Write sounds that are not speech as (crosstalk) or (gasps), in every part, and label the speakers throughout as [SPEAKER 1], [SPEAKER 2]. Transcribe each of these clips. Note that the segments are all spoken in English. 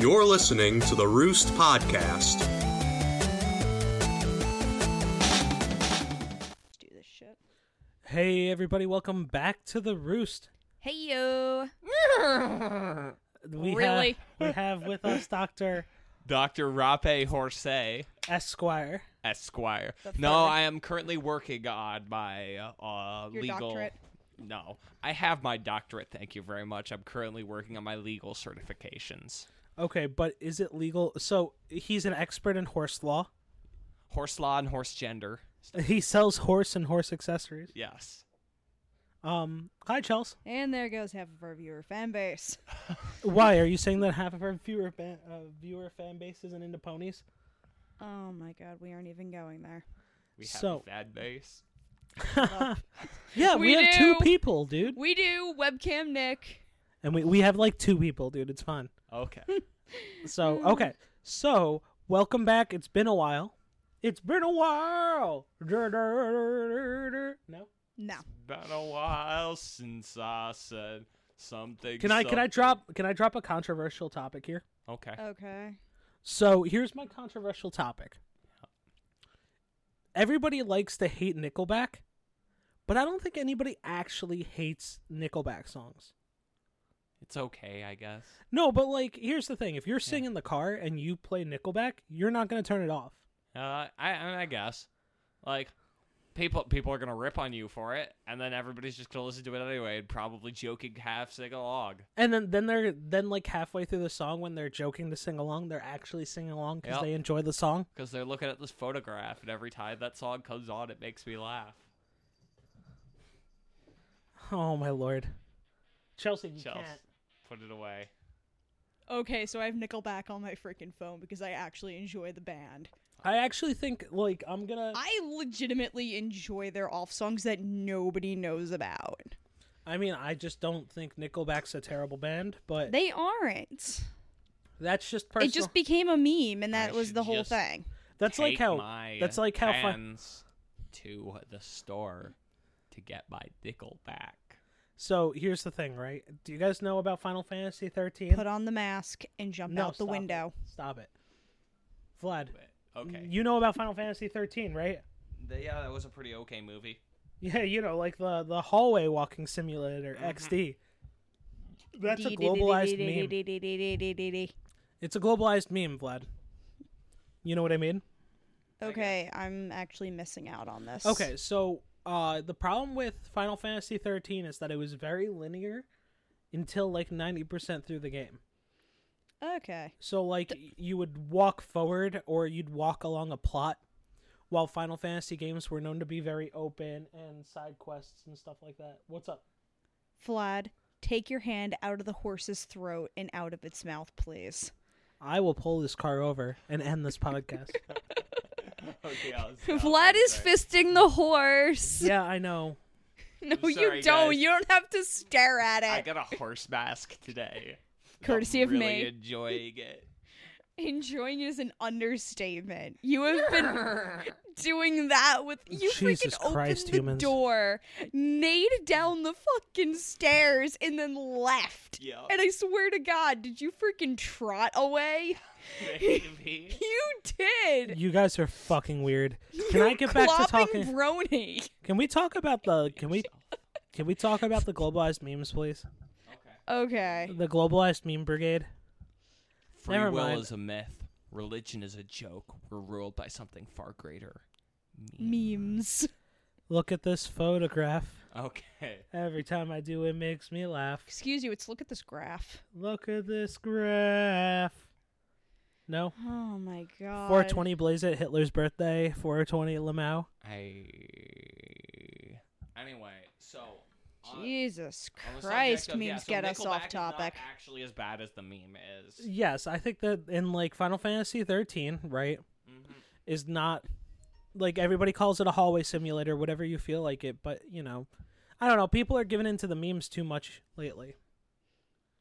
[SPEAKER 1] You're listening to the Roost Podcast.
[SPEAKER 2] Let's do this shit.
[SPEAKER 3] Hey everybody, welcome back to the Roost.
[SPEAKER 2] Hey yo.
[SPEAKER 3] We
[SPEAKER 2] Really?
[SPEAKER 3] have, we have with us Doctor
[SPEAKER 4] Dr. Rape Horsey,
[SPEAKER 3] Esquire.
[SPEAKER 4] Esquire.
[SPEAKER 2] That's
[SPEAKER 4] no,
[SPEAKER 2] perfect.
[SPEAKER 4] I am currently working on my uh,
[SPEAKER 2] Your
[SPEAKER 4] legal.
[SPEAKER 2] doctorate?
[SPEAKER 4] No, I have my doctorate. Thank you very much. I'm currently working on my legal certifications.
[SPEAKER 3] Okay, but is it legal? So he's an expert in horse law.
[SPEAKER 4] Horse law and horse gender.
[SPEAKER 3] He sells horse and horse accessories.
[SPEAKER 4] Yes.
[SPEAKER 3] Um, hi Chels.
[SPEAKER 2] And there goes half of our viewer fan base.
[SPEAKER 3] Why are you saying that half of our viewer fan, uh, viewer fan base isn't
[SPEAKER 2] (laughs)
[SPEAKER 3] into ponies?
[SPEAKER 2] Oh my god, we aren't even going there.
[SPEAKER 4] We have
[SPEAKER 3] So-
[SPEAKER 4] a fan base.
[SPEAKER 3] Yeah, we,
[SPEAKER 2] We
[SPEAKER 3] have two
[SPEAKER 2] do.
[SPEAKER 3] people, dude,
[SPEAKER 2] We do webcam Nick.
[SPEAKER 3] and we we have like two people, dude. It's fun. (laughs)
[SPEAKER 4] Okay.
[SPEAKER 3] So okay, so welcome back. It's been a while. It's been a while. No.
[SPEAKER 2] No.
[SPEAKER 4] Been a while since I said something.
[SPEAKER 3] Can I can I
[SPEAKER 4] something-
[SPEAKER 3] drop can I drop a controversial topic here?
[SPEAKER 4] Okay.
[SPEAKER 2] Okay.
[SPEAKER 3] So here's my controversial topic. Everybody likes to hate Nickelback, but I don't think anybody actually hates Nickelback songs.
[SPEAKER 4] It's okay, I guess.
[SPEAKER 3] No, but like here's the thing: if you're sitting in the car and you play Nickelback, you're not gonna turn it off.
[SPEAKER 4] Uh, I I, mean, I guess, like, people people are gonna rip on you for it, and then everybody's just gonna listen to it anyway and probably joking half sing along.
[SPEAKER 3] And then then they're then like halfway through the song when they're joking to sing along, they're actually singing along because
[SPEAKER 4] Yep.
[SPEAKER 3] they enjoy the song.
[SPEAKER 4] Because they're looking at this photograph, and every time that song comes on, it makes me laugh.
[SPEAKER 3] Oh my lord, Chelsea, you
[SPEAKER 4] Chels,
[SPEAKER 3] can't.
[SPEAKER 4] put it away.
[SPEAKER 2] Okay, so I have Nickelback on my freaking phone because I actually enjoy the band.
[SPEAKER 3] I actually think like I'm gonna.
[SPEAKER 2] I legitimately enjoy their off songs that nobody knows about.
[SPEAKER 3] I mean, I just don't think Nickelback's a terrible band, but
[SPEAKER 2] They aren't.
[SPEAKER 3] that's just personal.
[SPEAKER 2] It just became a meme and that
[SPEAKER 4] I
[SPEAKER 2] was
[SPEAKER 4] should
[SPEAKER 2] the whole
[SPEAKER 4] just-
[SPEAKER 2] thing.
[SPEAKER 3] that's like
[SPEAKER 4] Take
[SPEAKER 3] how
[SPEAKER 4] my
[SPEAKER 3] that's like how fun.
[SPEAKER 4] hands to the store to get my nickel back.
[SPEAKER 3] So here's the thing, right? Do you guys know about Final Fantasy 13?
[SPEAKER 2] Put on the mask and jump
[SPEAKER 3] no,
[SPEAKER 2] out the
[SPEAKER 3] stop it.
[SPEAKER 2] window.
[SPEAKER 3] Stop it, Vlad.
[SPEAKER 4] But, okay.
[SPEAKER 3] You know about Final Fantasy 13, right?
[SPEAKER 4] Th- yeah, that was a pretty okay movie. (laughs)
[SPEAKER 3] Yeah, you know, like the the hallway walking simulator XD. That's a globalized meme. It's a globalized meme, Vlad. You know what I mean?
[SPEAKER 2] Okay, I'm actually missing out on this.
[SPEAKER 3] Okay, so uh, the problem with Final Fantasy 13 is that it was very linear until like 90% through the game.
[SPEAKER 2] Okay.
[SPEAKER 3] So like y- you would walk forward or you'd walk along a plot while Final Fantasy games were known to be very open and side quests and stuff like that. What's up?
[SPEAKER 2] Vlad, take your hand out of the horse's throat and out of its mouth,
[SPEAKER 4] (laughs)
[SPEAKER 2] please.
[SPEAKER 3] I will pull this car over and end (laughs) this podcast.
[SPEAKER 2] (laughs)
[SPEAKER 4] Okay, I was-
[SPEAKER 2] Vlad is fisting the horse.
[SPEAKER 3] yeah, I know.
[SPEAKER 2] No,
[SPEAKER 4] (laughs) I'm sorry,
[SPEAKER 2] you don't.
[SPEAKER 4] guys.
[SPEAKER 2] You don't have to stare at
[SPEAKER 4] I
[SPEAKER 2] it.
[SPEAKER 4] got a horse mask today.
[SPEAKER 2] Courtesy
[SPEAKER 4] I'm
[SPEAKER 2] of
[SPEAKER 4] really
[SPEAKER 2] me.
[SPEAKER 4] Enjoying it.
[SPEAKER 2] Enjoying is an understatement. You have
[SPEAKER 4] (laughs)
[SPEAKER 2] been doing that with you
[SPEAKER 3] Jesus
[SPEAKER 2] freaking
[SPEAKER 3] Christ,
[SPEAKER 2] opened
[SPEAKER 3] humans.
[SPEAKER 2] the door, nade down the fucking stairs, and then left.
[SPEAKER 4] Yeah.
[SPEAKER 2] And I swear to God, did you freaking trot away? (laughs)
[SPEAKER 4] Maybe.
[SPEAKER 2] You did.
[SPEAKER 3] You guys are fucking weird. Can I get back to
[SPEAKER 2] Clopping
[SPEAKER 3] talking?
[SPEAKER 2] brony.
[SPEAKER 3] Can we talk about the can we can we talk about the globalized memes, please?
[SPEAKER 2] Okay.
[SPEAKER 3] The globalized meme brigade.
[SPEAKER 4] Free
[SPEAKER 3] Never
[SPEAKER 4] will
[SPEAKER 3] mind.
[SPEAKER 4] is a myth. Religion is a joke. We're ruled by something far greater. Me.
[SPEAKER 2] Memes.
[SPEAKER 3] Look at this photograph.
[SPEAKER 4] Okay.
[SPEAKER 3] Every time I do it makes me laugh.
[SPEAKER 2] Excuse you, let's look at this graph.
[SPEAKER 3] Look at this graph. No.
[SPEAKER 2] Oh my god.
[SPEAKER 3] 420 blaze it Hitler's birthday. 420 Lamau.
[SPEAKER 4] I. Anyway, so. on-
[SPEAKER 2] Jesus
[SPEAKER 4] on the subject
[SPEAKER 2] Christ,
[SPEAKER 4] of-
[SPEAKER 2] memes
[SPEAKER 4] yeah, so
[SPEAKER 2] get us
[SPEAKER 4] Nickelback
[SPEAKER 2] off
[SPEAKER 4] is not
[SPEAKER 2] topic.
[SPEAKER 4] actually, as bad as the meme is.
[SPEAKER 3] Yes, I think that in like Final Fantasy 13, right, is not like everybody calls it a hallway simulator, whatever you feel like it. But you know, I don't know. People are giving into the memes too much lately.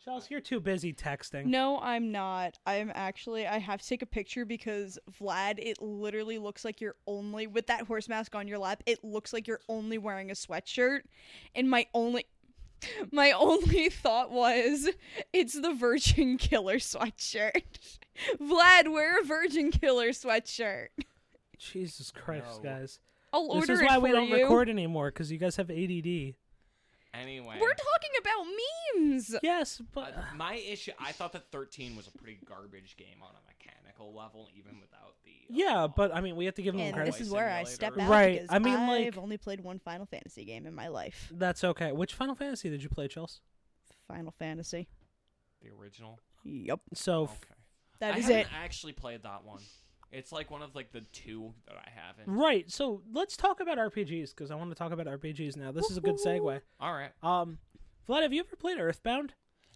[SPEAKER 3] Chelsea, you're too busy (laughs) texting.
[SPEAKER 2] No, I'm not. I'm actually I have to take a picture because Vlad, it literally looks like you're only with that horse mask on your lap, it looks like you're only (laughs) wearing a sweatshirt. And my only My only thought was, it's the Virgin Killer sweatshirt. (laughs) Vlad, wear a Virgin Killer sweatshirt.
[SPEAKER 3] Jesus Christ,
[SPEAKER 4] No.
[SPEAKER 3] guys.
[SPEAKER 2] I'll order
[SPEAKER 3] this is
[SPEAKER 2] it
[SPEAKER 3] why
[SPEAKER 2] for
[SPEAKER 3] we don't
[SPEAKER 2] you.
[SPEAKER 3] record anymore because you guys have ADD.
[SPEAKER 4] Anyway,
[SPEAKER 2] We're talking about memes.
[SPEAKER 3] Yes,
[SPEAKER 4] uh,
[SPEAKER 3] but
[SPEAKER 4] my issue. I thought that 13 was a pretty garbage game on a mechanical level, even without the. uh,
[SPEAKER 3] yeah, but I mean, we have to give them
[SPEAKER 2] And
[SPEAKER 3] credit.
[SPEAKER 2] this is where I step out
[SPEAKER 4] Simulator.
[SPEAKER 3] Right,
[SPEAKER 2] because
[SPEAKER 3] I mean,
[SPEAKER 2] I've
[SPEAKER 3] like-
[SPEAKER 2] only played one Final Fantasy game in my life.
[SPEAKER 3] That's okay. Which Final Fantasy did you play, Chels?
[SPEAKER 2] Final Fantasy.
[SPEAKER 4] The original.
[SPEAKER 2] Yep,
[SPEAKER 3] So,
[SPEAKER 4] Okay.
[SPEAKER 3] f-
[SPEAKER 2] that
[SPEAKER 4] I
[SPEAKER 2] is
[SPEAKER 4] haven't
[SPEAKER 2] it.
[SPEAKER 4] actually played that one. It's like one of like the two that I haven't.
[SPEAKER 3] right. So let's talk about RPGs because I want to talk about RPGs now. This is a good segue.
[SPEAKER 4] All right.
[SPEAKER 3] Um, Vlad, have you ever played Earthbound?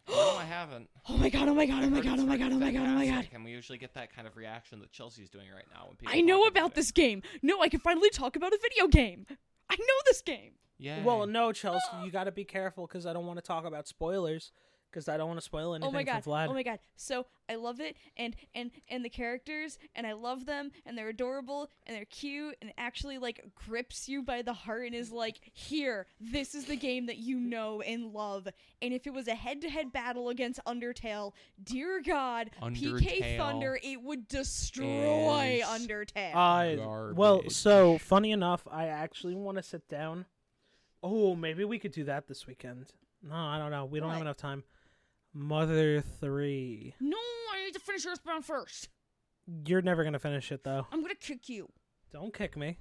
[SPEAKER 4] No, I haven't.
[SPEAKER 2] (gasps) Oh my god! Oh my god! Oh my
[SPEAKER 4] Heard
[SPEAKER 2] god!
[SPEAKER 4] it's
[SPEAKER 2] Oh my god! Oh my god! Oh my god!
[SPEAKER 4] fantastic, And we usually get that kind of reaction that Chelsea's doing right now when people.
[SPEAKER 2] I know
[SPEAKER 4] talk
[SPEAKER 2] about
[SPEAKER 4] it.
[SPEAKER 2] this game. No, I can finally talk about a video game. I know this game.
[SPEAKER 4] Yay.
[SPEAKER 3] Well,
[SPEAKER 2] (gasps)
[SPEAKER 3] no, Chels, you got to be careful because I don't want to talk about spoilers because I don't want to spoil anything
[SPEAKER 2] oh my god
[SPEAKER 3] for Vlad.
[SPEAKER 2] oh my god so i love it and and and the characters and i love them and they're adorable and they're cute and it actually like grips you by the heart and is like here this is the game that you know and love and if it was a head-to-head battle against undertale dear god pk
[SPEAKER 4] Undertale
[SPEAKER 2] thunder it would destroy
[SPEAKER 4] is-
[SPEAKER 2] undertale
[SPEAKER 3] Uh, well,
[SPEAKER 4] Garbage.
[SPEAKER 3] so funny enough, I actually want to sit down. Oh, maybe we could do that this weekend. No, I don't know. We don't have
[SPEAKER 2] What?
[SPEAKER 3] enough time. Mother three.
[SPEAKER 2] no i need to finish earthbound first
[SPEAKER 3] You're never gonna finish it though.
[SPEAKER 2] i'm gonna kick you
[SPEAKER 3] Don't kick me.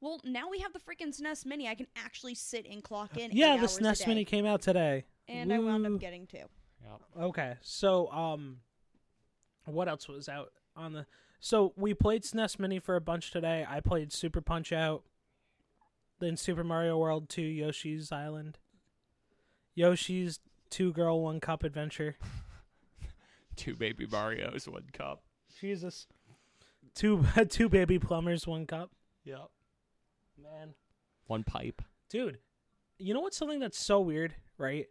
[SPEAKER 2] well, now we have the freaking SNES Mini. I can actually sit and clock in.
[SPEAKER 3] yeah,
[SPEAKER 2] eight
[SPEAKER 3] the
[SPEAKER 2] hours a
[SPEAKER 3] SNES
[SPEAKER 2] day.
[SPEAKER 3] Mini came out today.
[SPEAKER 2] and I wound
[SPEAKER 3] Woo.
[SPEAKER 2] up getting two.
[SPEAKER 4] Yep.
[SPEAKER 3] Okay, so um, what else was out on the? So we played SNES Mini for a bunch today. I played Super Punch Out, then Super Mario World Two, Yoshi's Island, Yoshi's Two Girl One Cup Adventure. (laughs)
[SPEAKER 4] Two baby Mario's, one cup.
[SPEAKER 3] Jesus, two (laughs) two baby plumbers, one cup.
[SPEAKER 4] Yep.
[SPEAKER 3] Man,
[SPEAKER 4] One pipe.
[SPEAKER 3] dude, you know what's something that's so weird, right?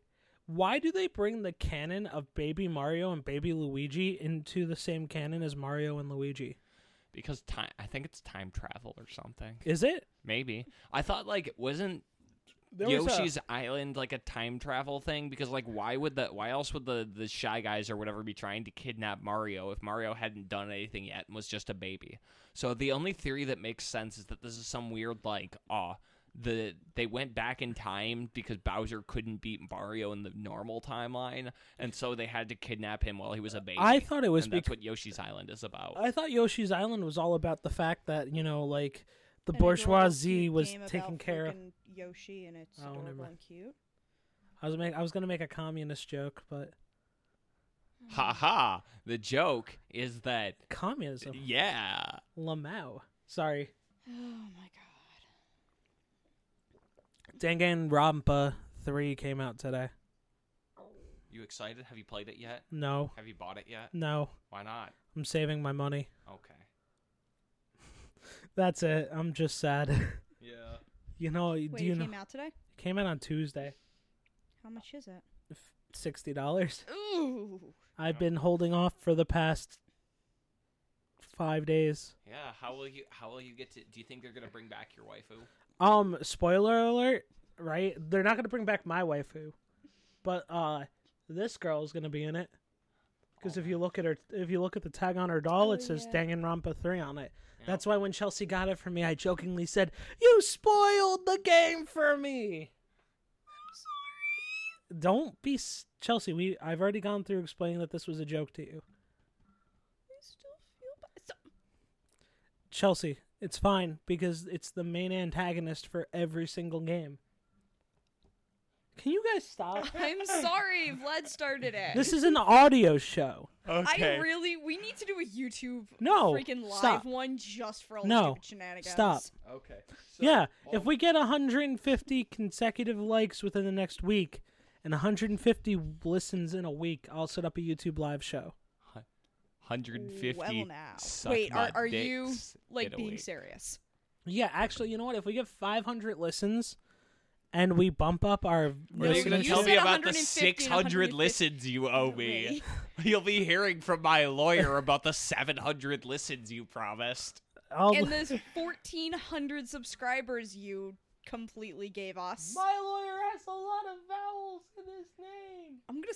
[SPEAKER 3] Why do they bring the canon of Baby Mario and Baby Luigi into the same canon as Mario and Luigi?
[SPEAKER 4] Because time, I think it's time travel or something.
[SPEAKER 3] Is it?
[SPEAKER 4] Maybe. I thought like wasn't
[SPEAKER 3] There was a-
[SPEAKER 4] Yoshi's Island like a time travel thing because like why would the why else would the the shy guys or whatever be trying to kidnap Mario if Mario hadn't done anything yet and was just a baby? So the only theory that makes sense is that this is some weird like ah the they went back in time because Bowser couldn't beat Mario in the normal timeline and so they had to kidnap him while he was a baby.
[SPEAKER 3] I thought it was
[SPEAKER 4] and that's
[SPEAKER 3] bec-
[SPEAKER 4] what Yoshi's Island is about.
[SPEAKER 3] I thought Yoshi's Island was all about the fact that you know, like the
[SPEAKER 2] an adorable,
[SPEAKER 3] bourgeoisie
[SPEAKER 2] cute
[SPEAKER 3] was
[SPEAKER 2] game
[SPEAKER 3] taken
[SPEAKER 2] about
[SPEAKER 3] care of.
[SPEAKER 2] frickin' Yoshi and it's
[SPEAKER 3] Oh, never
[SPEAKER 2] adorable
[SPEAKER 3] mind.
[SPEAKER 2] and
[SPEAKER 3] (sighs)
[SPEAKER 2] cute. (sighs)
[SPEAKER 3] I was make I was gonna make a communist joke, but
[SPEAKER 4] ha ha. The joke is that
[SPEAKER 3] communism,
[SPEAKER 4] yeah.
[SPEAKER 3] Lamau. Sorry,
[SPEAKER 2] Oh my god.
[SPEAKER 3] Danganronpa three came out today.
[SPEAKER 4] You excited? Have you played it yet?
[SPEAKER 3] No,
[SPEAKER 4] Have you bought it yet?
[SPEAKER 3] no,
[SPEAKER 4] Why not?
[SPEAKER 3] I'm saving my money.
[SPEAKER 4] Okay.
[SPEAKER 3] That's it. I'm just sad. (laughs)
[SPEAKER 4] Yeah.
[SPEAKER 3] you know,
[SPEAKER 2] Wait,
[SPEAKER 3] do you
[SPEAKER 2] it
[SPEAKER 3] know?
[SPEAKER 2] came out today?
[SPEAKER 3] Came out on Tuesday.
[SPEAKER 2] How much is it?
[SPEAKER 3] F- Sixty dollars.
[SPEAKER 2] Ooh.
[SPEAKER 3] I've been holding off for the past five days.
[SPEAKER 4] Yeah. How will you? How will you get to? Do you think they're gonna bring back your waifu?
[SPEAKER 3] Um, spoiler alert, right? They're not gonna bring back my waifu, but uh, this girl is gonna be in it. Because if you look at her, if you look at the tag on her doll,
[SPEAKER 2] Oh,
[SPEAKER 3] it says
[SPEAKER 2] yeah.
[SPEAKER 3] Danganronpa three on it.
[SPEAKER 4] Yeah.
[SPEAKER 3] That's why when Chelsea got it for me, I jokingly said, "You spoiled the game for me." Don't be s- Chelsea. We I've already gone through explaining that this was a joke to you,
[SPEAKER 2] I still feel bad. So-
[SPEAKER 3] Chelsea. It's fine because it's the main antagonist for every single game. Can you guys
[SPEAKER 4] (laughs)
[SPEAKER 3] stop?
[SPEAKER 2] I'm
[SPEAKER 3] (laughs)
[SPEAKER 2] sorry, Vlad started it.
[SPEAKER 3] This is an audio show.
[SPEAKER 2] I really, we need to do a YouTube
[SPEAKER 3] No,
[SPEAKER 2] freaking live
[SPEAKER 3] stop.
[SPEAKER 2] one just for all
[SPEAKER 3] No,
[SPEAKER 2] the stupid shenanigans.
[SPEAKER 3] stop.
[SPEAKER 4] Okay.
[SPEAKER 3] yeah, if we get 150 consecutive likes within the next week and 150 listens in a week, I'll set up a YouTube live show.
[SPEAKER 4] Hundred fifty.
[SPEAKER 2] Well now. Wait, are, are you like being serious?
[SPEAKER 3] Yeah, actually, you know what? If we get 500 listens and we bump up our
[SPEAKER 4] Are you
[SPEAKER 2] You
[SPEAKER 4] gonna
[SPEAKER 3] listeners-
[SPEAKER 4] tell
[SPEAKER 2] said
[SPEAKER 4] me about
[SPEAKER 2] 150
[SPEAKER 4] the
[SPEAKER 2] and
[SPEAKER 4] six hundred
[SPEAKER 2] 150
[SPEAKER 4] listens you owe me?
[SPEAKER 2] Wait.
[SPEAKER 4] (laughs) You'll be hearing from my lawyer about the seven hundred listens you promised.
[SPEAKER 3] I'll-
[SPEAKER 2] And this 1,400 subscribers you completely gave us.
[SPEAKER 3] My lawyer has a lot of vowels.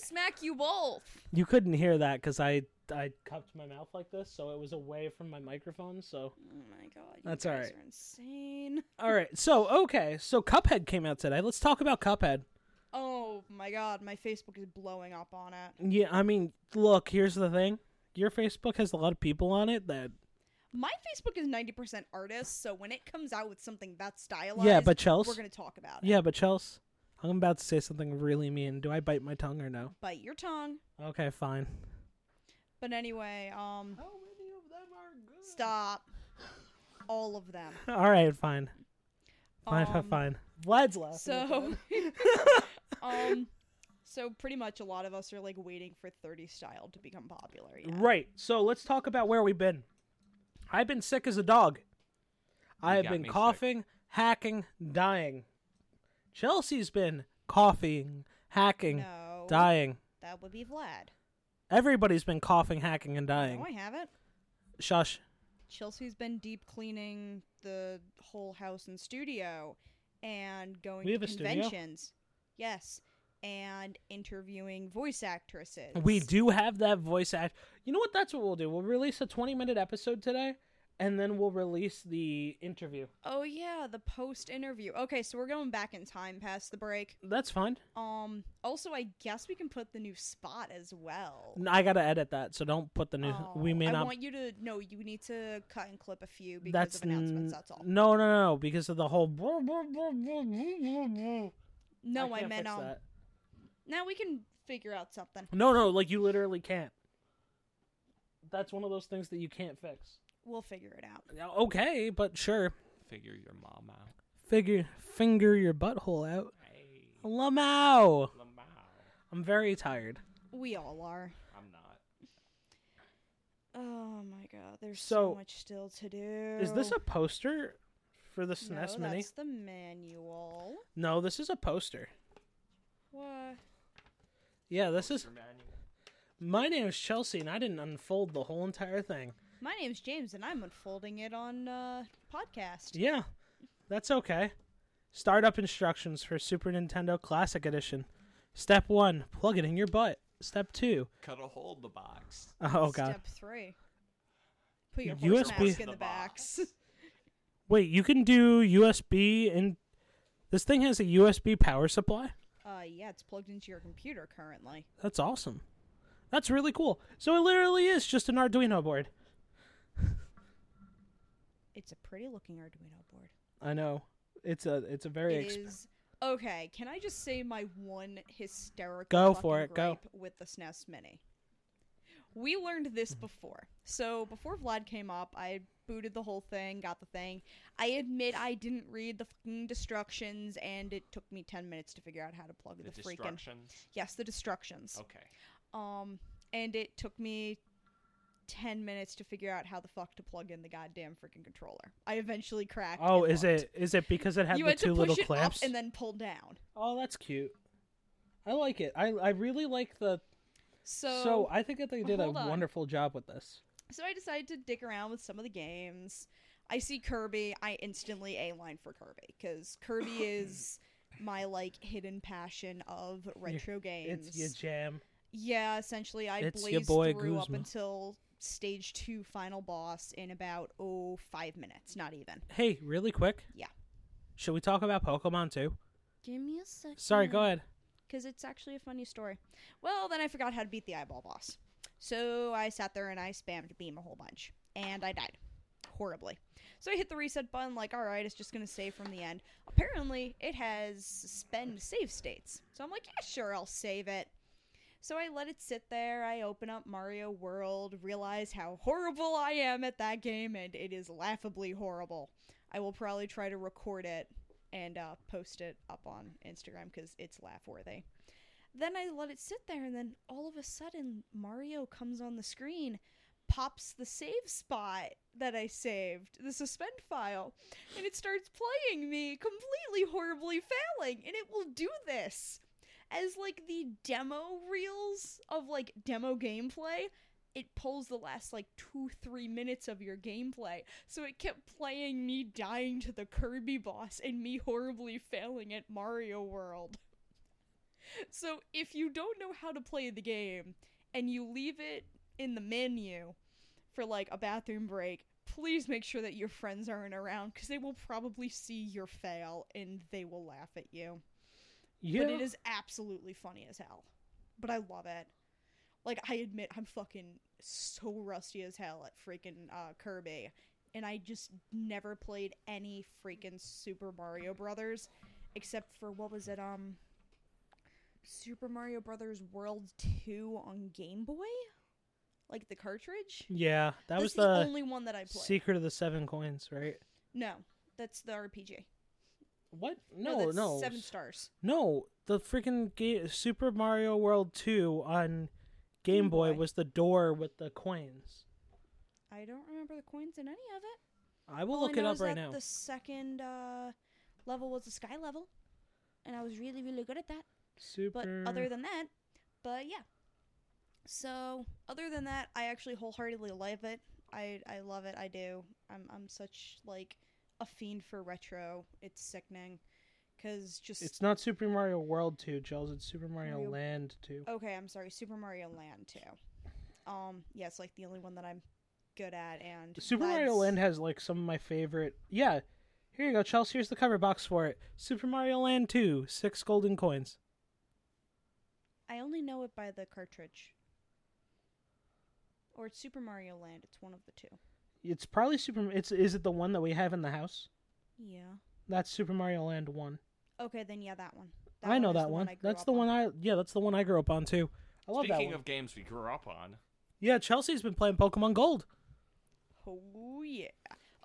[SPEAKER 2] smack you wolf.
[SPEAKER 3] You couldn't hear that because I I cupped my mouth like this, so it was away from my microphone. So
[SPEAKER 2] Oh my god, you
[SPEAKER 3] That's
[SPEAKER 2] guys
[SPEAKER 3] alright.
[SPEAKER 2] are insane.
[SPEAKER 3] all right, so okay, so Cuphead came out today. Let's talk about Cuphead.
[SPEAKER 2] Oh my god, my Facebook is blowing up on it.
[SPEAKER 3] Yeah, I mean, look, here's the thing. Your Facebook has a lot of people on it that
[SPEAKER 2] My Facebook is 90% artists, so when it comes out with something that stylized,
[SPEAKER 3] Yeah, but Chels-
[SPEAKER 2] we're going to talk about it.
[SPEAKER 3] Yeah, but Chels, I'm about to say something really mean. Do I bite my tongue or no?
[SPEAKER 2] Bite your tongue.
[SPEAKER 3] Okay, fine. (laughs)
[SPEAKER 2] But anyway, um
[SPEAKER 4] How many of them are good?
[SPEAKER 2] stop all of them.
[SPEAKER 3] All right, fine. Fine, fine,
[SPEAKER 2] Um,
[SPEAKER 3] fine. Vlad's laughing.
[SPEAKER 2] So (laughs) um so pretty much a lot of us are like waiting for 30 style to become popular. Yeah.
[SPEAKER 3] Right. So let's talk about where we've been. I've been sick as a dog. I
[SPEAKER 4] You
[SPEAKER 3] have
[SPEAKER 4] got
[SPEAKER 3] been
[SPEAKER 4] me sick.
[SPEAKER 3] coughing, hacking, dying. Chelsea's been coughing, hacking,
[SPEAKER 2] No.
[SPEAKER 3] dying.
[SPEAKER 2] That would be Vlad.
[SPEAKER 3] Everybody's been coughing, hacking, and dying.
[SPEAKER 2] No, I haven't.
[SPEAKER 3] Shush.
[SPEAKER 2] Chelsea's been deep cleaning the whole house and studio and going to
[SPEAKER 3] We have a studio?
[SPEAKER 2] conventions. Yes. And interviewing voice actresses.
[SPEAKER 3] We do have that voice act. You know what? That's what we'll do. We'll release a 20 minute episode today, and then we'll release the interview.
[SPEAKER 2] Oh yeah, the post interview. Okay, so we're going back in time past the break.
[SPEAKER 3] That's fine.
[SPEAKER 2] Um also I guess we can put the new spot as well.
[SPEAKER 3] N- I gotta edit that, so don't put the new. we
[SPEAKER 2] Oh,
[SPEAKER 3] may
[SPEAKER 2] I
[SPEAKER 3] not.
[SPEAKER 2] want you to no, you need to cut and clip a few because
[SPEAKER 3] that's
[SPEAKER 2] of announcements,
[SPEAKER 3] n-
[SPEAKER 2] that's all.
[SPEAKER 3] No, no, no, because of the whole. brr, brr, brr, brr, brr, brr.
[SPEAKER 2] No, I,
[SPEAKER 3] can't
[SPEAKER 2] meant
[SPEAKER 3] fix
[SPEAKER 2] um
[SPEAKER 3] that.
[SPEAKER 2] now we can figure out something.
[SPEAKER 3] No, no, like you literally can't. That's one of those things that you can't fix.
[SPEAKER 2] We'll figure it out.
[SPEAKER 3] Yeah, Okay, but sure.
[SPEAKER 4] Figure your mom out.
[SPEAKER 3] Figure, finger your butthole out.
[SPEAKER 4] Hey,
[SPEAKER 3] Lamau.
[SPEAKER 4] Lamau.
[SPEAKER 3] I'm very tired.
[SPEAKER 2] We all are.
[SPEAKER 4] I'm not.
[SPEAKER 2] Oh my god, there's so,
[SPEAKER 3] So,
[SPEAKER 2] much still to do.
[SPEAKER 3] Is this a poster for the
[SPEAKER 2] no,
[SPEAKER 3] SNES Mini?
[SPEAKER 2] That's the manual.
[SPEAKER 3] No, this is a poster.
[SPEAKER 2] What?
[SPEAKER 3] Yeah, this is. My name is Chelsea, and I didn't unfold the whole entire thing.
[SPEAKER 2] My name's James, and I'm unfolding it on uh, podcast.
[SPEAKER 3] Yeah, that's okay. Startup instructions for Super Nintendo Classic Edition. Step one: plug it in your butt. Step two: (laughs)
[SPEAKER 4] Cut a hole in the box.
[SPEAKER 3] oh god,
[SPEAKER 2] Step three. Put your
[SPEAKER 3] USB
[SPEAKER 2] horse mask in the,
[SPEAKER 4] The
[SPEAKER 2] backs.
[SPEAKER 4] box.
[SPEAKER 3] wait, you can do USB and this thing has a USB power supply.
[SPEAKER 2] (laughs) Uh, yeah, it's plugged into your computer currently.
[SPEAKER 3] That's awesome. That's really cool. So it literally is just an Arduino board.
[SPEAKER 2] It's a pretty looking Arduino board.
[SPEAKER 3] I know. It's a it's a very
[SPEAKER 2] It
[SPEAKER 3] exp-
[SPEAKER 2] is- Okay, can I just say my one hysterical
[SPEAKER 3] Go
[SPEAKER 2] fucking
[SPEAKER 3] for it, go.
[SPEAKER 2] gripe with the SNES Mini? We learned this
[SPEAKER 3] Mm.
[SPEAKER 2] before. So before Vlad came up, I booted the whole thing, got the thing. I admit I didn't read the fucking destructions, and it took me ten minutes to figure out how to plug
[SPEAKER 4] The,
[SPEAKER 2] the, freaking
[SPEAKER 4] destructions.
[SPEAKER 2] yes, the destructions.
[SPEAKER 4] Okay.
[SPEAKER 2] Um, and it took me 10 minutes to figure out how the fuck to plug in the goddamn freaking controller. I eventually cracked.
[SPEAKER 3] Oh,
[SPEAKER 2] and
[SPEAKER 3] is
[SPEAKER 2] looked.
[SPEAKER 3] it is it because it had
[SPEAKER 2] you
[SPEAKER 3] the
[SPEAKER 2] had
[SPEAKER 3] two
[SPEAKER 2] to push
[SPEAKER 3] little
[SPEAKER 2] it
[SPEAKER 3] clamps?
[SPEAKER 2] up and then pull down.
[SPEAKER 3] Oh, that's cute. I like it. I I really like the.
[SPEAKER 2] So,
[SPEAKER 3] So,
[SPEAKER 2] so, I-
[SPEAKER 3] I think that they did a
[SPEAKER 2] hold on.
[SPEAKER 3] wonderful job with this.
[SPEAKER 2] decided to dick around with some of the games. I see Kirby, I instantly a line for Kirby because
[SPEAKER 3] (laughs)
[SPEAKER 2] Kirby is my like hidden passion of retro games.
[SPEAKER 3] It's your jam.
[SPEAKER 2] Yeah, essentially, I
[SPEAKER 3] It's your
[SPEAKER 2] blazed
[SPEAKER 3] boy
[SPEAKER 2] through up
[SPEAKER 3] Guzma.
[SPEAKER 2] until stage two final boss in about oh five minutes, not even.
[SPEAKER 3] Hey, really quick.
[SPEAKER 2] Yeah.
[SPEAKER 3] Should we talk about Pokemon too?
[SPEAKER 2] Give me a second.
[SPEAKER 3] Sorry, go ahead.
[SPEAKER 2] Because it's actually a funny story. Well, then I forgot how to beat the eyeball boss, so I sat there and I spammed beam a whole bunch, and I died horribly. So I hit the reset button, like, all right, it's just gonna save from the end. Apparently, it has suspend save states, so I'm like, yeah, sure, I'll save it. So I let it sit there. I open up Mario World, realize how horrible I am at that game, and it is laughably horrible. I will probably try to record it and uh, post it up on Instagram because it's laugh worthy. Then I let it sit there, and then all of a sudden, Mario comes on the screen, pops the save spot that I saved, the suspend file, and it starts playing me, completely horribly failing. And it will do this as like the demo reels of like demo gameplay. It pulls the last like two, three minutes of your gameplay. So it kept playing me dying to the Kirby boss and me horribly failing at Mario World. So if you don't know how to play the game and you leave it in the menu for like a bathroom break, please make sure that your friends aren't around because they will probably see your fail and they will laugh at you.
[SPEAKER 3] Yeah.
[SPEAKER 2] But it is absolutely funny as hell. But I love it. Like I admit I'm fucking so rusty as hell at freaking uh, Kirby and I just never played any freaking Super Mario Brothers except for what was it um Super Mario Brothers World 2 on Game Boy? Like the cartridge?
[SPEAKER 3] yeah, that
[SPEAKER 2] That's
[SPEAKER 3] was
[SPEAKER 2] the,
[SPEAKER 3] the
[SPEAKER 2] only one that I played.
[SPEAKER 3] secret of the seven coins, right?
[SPEAKER 2] no, that's the RPG.
[SPEAKER 3] What? No,
[SPEAKER 2] that's
[SPEAKER 3] no,
[SPEAKER 2] Seven stars.
[SPEAKER 3] no. The freaking ga- Super Mario World Two on Game
[SPEAKER 2] Game
[SPEAKER 3] Boy
[SPEAKER 2] Boy.
[SPEAKER 3] was the door with the coins.
[SPEAKER 2] I don't remember the coins in any of it.
[SPEAKER 3] I will
[SPEAKER 2] All
[SPEAKER 3] look
[SPEAKER 2] I
[SPEAKER 3] it
[SPEAKER 2] know
[SPEAKER 3] up
[SPEAKER 2] is
[SPEAKER 3] right
[SPEAKER 2] that
[SPEAKER 3] now.
[SPEAKER 2] The second uh, level was the sky level, and I was really, really good at that. But
[SPEAKER 3] Super.
[SPEAKER 2] other than that, but yeah. So other than that, I actually wholeheartedly love it. I I love it. I do. I'm I'm such like a fiend for retro. It's sickening, cause just
[SPEAKER 3] it's not Super Mario World Two, Jules. It's Super Mario
[SPEAKER 2] Mario-
[SPEAKER 3] Land Two.
[SPEAKER 2] okay. I'm sorry, Super Mario Land too. Um, yeah, it's like the only one that I'm good at, and
[SPEAKER 3] Super Mario
[SPEAKER 2] that's-
[SPEAKER 3] Land has like some of my favorite. Yeah, here you go, Chelsea. Here's the cover box for it. Super Mario Land Two, six golden coins.
[SPEAKER 2] I only know it by the cartridge. Or it's Super Mario Land. It's one of the two.
[SPEAKER 3] It's probably Super. It's is it the one that we have in the house?
[SPEAKER 2] Yeah.
[SPEAKER 3] That's Super Mario Land One.
[SPEAKER 2] Okay, then yeah, that one.
[SPEAKER 3] I know
[SPEAKER 2] is
[SPEAKER 3] that
[SPEAKER 2] the
[SPEAKER 3] one.
[SPEAKER 2] I grew
[SPEAKER 3] That's
[SPEAKER 2] up
[SPEAKER 3] the
[SPEAKER 2] on.
[SPEAKER 3] one I. Yeah, that's the one I grew up on too. I love that
[SPEAKER 4] Speaking
[SPEAKER 3] one.
[SPEAKER 4] of games we grew up on,
[SPEAKER 3] Yeah, Chelsea's been playing Pokemon Gold.
[SPEAKER 2] Oh yeah.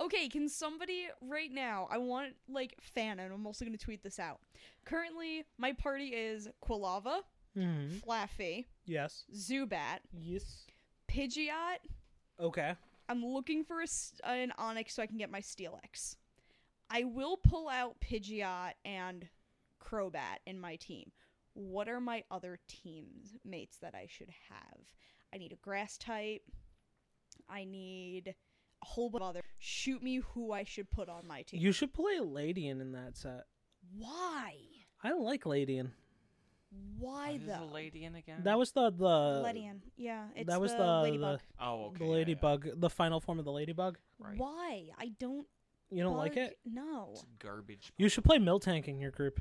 [SPEAKER 2] Okay, can somebody right now? I want like fan, and I'm also gonna tweet this out. Currently, my party is Quilava,
[SPEAKER 3] Mm-hmm.
[SPEAKER 2] Flaffy,
[SPEAKER 3] Yes.
[SPEAKER 2] Zubat,
[SPEAKER 3] Yes.
[SPEAKER 2] Pidgeot.
[SPEAKER 3] Okay.
[SPEAKER 2] I'm looking for a s an Onyx so I can get my Steelix. I will pull out Pidgeot and Crobat in my team. What are my other teams mates that I should have? I need a grass type. I need a whole bunch of other. Shoot me who I should put on my team.
[SPEAKER 3] You should play Ladian in that set.
[SPEAKER 2] Why?
[SPEAKER 3] I don't like Ladian.
[SPEAKER 2] Why
[SPEAKER 4] What is
[SPEAKER 2] though?
[SPEAKER 4] the lady in again?
[SPEAKER 3] That was the the
[SPEAKER 2] Ledian. Yeah, it's
[SPEAKER 3] uh, that was
[SPEAKER 2] the,
[SPEAKER 3] the-
[SPEAKER 2] ladybug.
[SPEAKER 4] oh, okay.
[SPEAKER 3] the
[SPEAKER 4] yeah, yeah.
[SPEAKER 3] ladybug, the final form of the ladybug.
[SPEAKER 4] Right.
[SPEAKER 2] Why? I don't.
[SPEAKER 3] You don't like
[SPEAKER 2] bug-
[SPEAKER 3] it?
[SPEAKER 2] No.
[SPEAKER 4] It's garbage.
[SPEAKER 3] You should play Miltank in your group.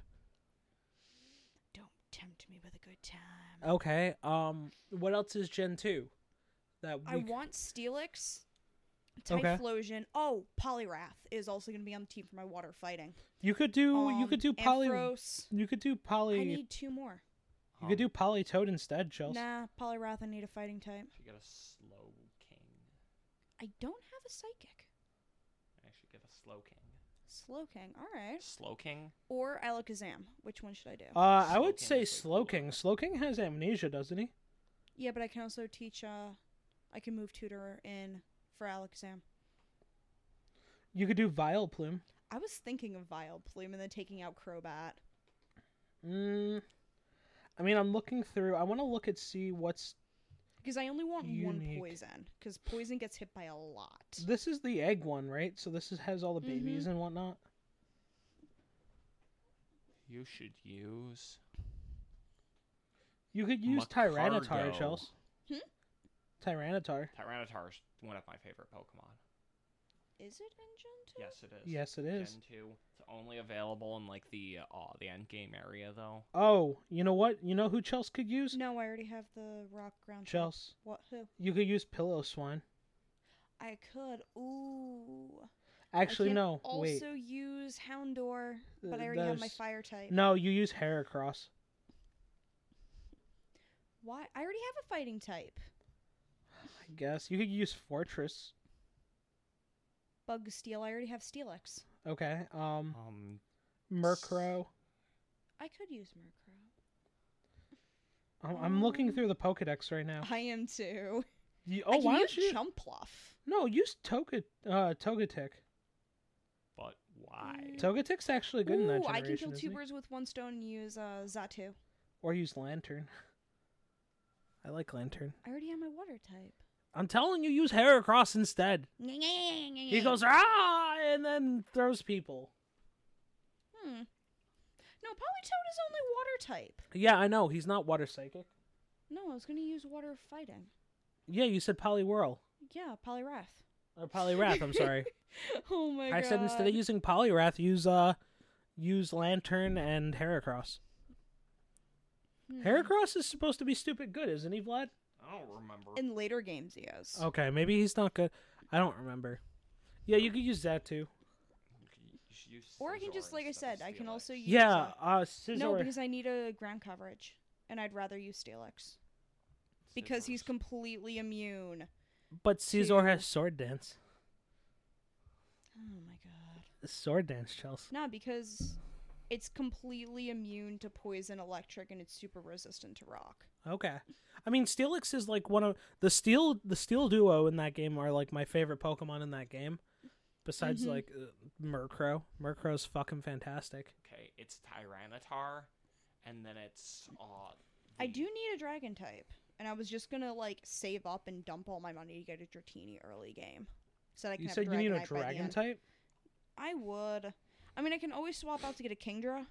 [SPEAKER 2] Don't tempt me with a good time.
[SPEAKER 3] Uh, Okay. Um. What else is Gen two? That we
[SPEAKER 2] I
[SPEAKER 3] c-
[SPEAKER 2] want Steelix,
[SPEAKER 3] Okay.
[SPEAKER 2] Typhlosion. Oh, Polyrath is also going to be on the team for my water fighting.
[SPEAKER 3] you could do you
[SPEAKER 2] Um,
[SPEAKER 3] could do poly
[SPEAKER 2] Ampharos.
[SPEAKER 3] you could do
[SPEAKER 2] I
[SPEAKER 3] poly
[SPEAKER 2] need two more.
[SPEAKER 3] you could do polytoad instead, Chelsea.
[SPEAKER 2] Nah, Polyrath. I need a fighting type.
[SPEAKER 4] Should get a slow king.
[SPEAKER 2] I don't have a psychic.
[SPEAKER 4] I should get a slow king.
[SPEAKER 2] Slowking. All right.
[SPEAKER 4] Slow king.
[SPEAKER 2] Or Alakazam. Which one should I do?
[SPEAKER 3] Uh, I would
[SPEAKER 4] Slowking
[SPEAKER 3] say
[SPEAKER 4] is way cooler.
[SPEAKER 3] Slowking. Slowking has amnesia, doesn't he?
[SPEAKER 2] yeah, but I can also teach. Uh, I can move tutor in for Alakazam.
[SPEAKER 3] You could do Vileplume.
[SPEAKER 2] I was thinking of Vileplume and then taking out Crobat.
[SPEAKER 3] Mm, I mean, I'm looking through. I want to look at see what's.
[SPEAKER 2] Because I only want one
[SPEAKER 3] Unique.
[SPEAKER 2] poison. Because poison gets hit by a lot.
[SPEAKER 3] This is the egg one, right? So this is, has all the
[SPEAKER 2] Mm-hmm.
[SPEAKER 3] babies and whatnot.
[SPEAKER 4] You should use.
[SPEAKER 3] You could use Tyranitar,
[SPEAKER 4] Macargo.
[SPEAKER 3] Chels.
[SPEAKER 2] Hmm?
[SPEAKER 3] Tyrannitar.
[SPEAKER 4] Tyranitar's one of my favorite Pokemon.
[SPEAKER 2] Is it engine two?
[SPEAKER 4] Yes, it is.
[SPEAKER 3] Yes, it is.
[SPEAKER 4] Gen two. It's only available in like the uh, the end game area though.
[SPEAKER 3] Oh, you know what? You know who Chels could use?
[SPEAKER 2] No, I already have the rock ground. type.
[SPEAKER 3] Chels.
[SPEAKER 2] What? Who?
[SPEAKER 3] You could use Pillow Swine.
[SPEAKER 2] I could. Ooh.
[SPEAKER 3] Actually,
[SPEAKER 2] I can
[SPEAKER 3] no.
[SPEAKER 2] Also
[SPEAKER 3] Wait.
[SPEAKER 2] use Houndor, but
[SPEAKER 3] Uh,
[SPEAKER 2] I already have my
[SPEAKER 3] those-
[SPEAKER 2] fire type.
[SPEAKER 3] No, you use Heracross.
[SPEAKER 2] Why? I already have a fighting type.
[SPEAKER 3] I guess you could use Fortress.
[SPEAKER 2] Bug Steel. I already have Steelix.
[SPEAKER 3] Okay. Um,
[SPEAKER 4] Um,
[SPEAKER 3] Murkrow.
[SPEAKER 2] I could use Murkrow.
[SPEAKER 3] I'm, I'm looking
[SPEAKER 2] Um,
[SPEAKER 3] through the Pokedex right now.
[SPEAKER 2] I am too.
[SPEAKER 3] You,
[SPEAKER 2] I
[SPEAKER 3] oh,
[SPEAKER 2] can
[SPEAKER 3] why
[SPEAKER 2] use
[SPEAKER 3] don't you?
[SPEAKER 2] Chumpluff.
[SPEAKER 3] No, use Toga, uh, Togetic.
[SPEAKER 4] but why?
[SPEAKER 2] Mm.
[SPEAKER 3] Togetic's actually good in that
[SPEAKER 2] Ooh, I
[SPEAKER 3] generation.
[SPEAKER 2] can kill
[SPEAKER 3] isn't
[SPEAKER 2] two
[SPEAKER 3] he?
[SPEAKER 2] birds with one stone and use uh, Zatu.
[SPEAKER 3] Or use Lantern. (laughs) I like Lantern.
[SPEAKER 2] I already have my water type.
[SPEAKER 3] I'm telling you, use Heracross instead. He
[SPEAKER 2] He
[SPEAKER 3] goes ah, and then throws people.
[SPEAKER 2] Hmm. No, Politoed is only water type.
[SPEAKER 3] Yeah, I know. He's not water psychic.
[SPEAKER 2] No, I was gonna use water fighting.
[SPEAKER 3] Yeah, you said polywhirl.
[SPEAKER 2] Yeah, Polyrath.
[SPEAKER 3] Or polywrath, I'm sorry.
[SPEAKER 2] (laughs) Oh my god.
[SPEAKER 3] I said instead of using polywrath, use uh use lantern and Heracross.
[SPEAKER 2] Hmm.
[SPEAKER 3] Heracross is supposed to be stupid good, isn't he, Vlad?
[SPEAKER 4] I don't remember.
[SPEAKER 2] in later games, he is.
[SPEAKER 3] Okay, maybe he's not good. I don't remember. Yeah, you could use that too.
[SPEAKER 4] You should use
[SPEAKER 2] Or I can just,
[SPEAKER 4] Scizor
[SPEAKER 2] like I
[SPEAKER 4] instead of
[SPEAKER 2] said, I can
[SPEAKER 4] Steelix.
[SPEAKER 2] also use.
[SPEAKER 3] Yeah,
[SPEAKER 2] uh,
[SPEAKER 3] uh Scizor.
[SPEAKER 2] No, because I need a ground coverage, and I'd rather use Steelix because he's
[SPEAKER 4] Scizor's-
[SPEAKER 2] completely immune.
[SPEAKER 3] but Caesar
[SPEAKER 2] to-
[SPEAKER 3] has sword dance.
[SPEAKER 2] Oh my god.
[SPEAKER 3] Sword dance, Chelsea.
[SPEAKER 2] No, because it's completely immune to poison, electric, and it's super resistant to rock.
[SPEAKER 3] Okay. I mean Steelix is like one of the steel the steel duo in that game are like my favorite Pokemon in that game. Besides
[SPEAKER 2] Mhm.
[SPEAKER 3] like uh, Murkrow. Murkrow's fucking fantastic.
[SPEAKER 4] Okay, it's Tyranitar, and then it's uh.
[SPEAKER 2] I
[SPEAKER 4] the-
[SPEAKER 3] Hmm.
[SPEAKER 2] do need a dragon type, and I was just gonna like save up and dump all my money to get a Dratini early game, so that I can
[SPEAKER 3] You
[SPEAKER 2] have
[SPEAKER 3] said you need
[SPEAKER 2] Dragonite by
[SPEAKER 3] a
[SPEAKER 2] the
[SPEAKER 3] dragon
[SPEAKER 2] end.
[SPEAKER 3] type?
[SPEAKER 2] I would. I mean, I can always swap out to get a Kingdra.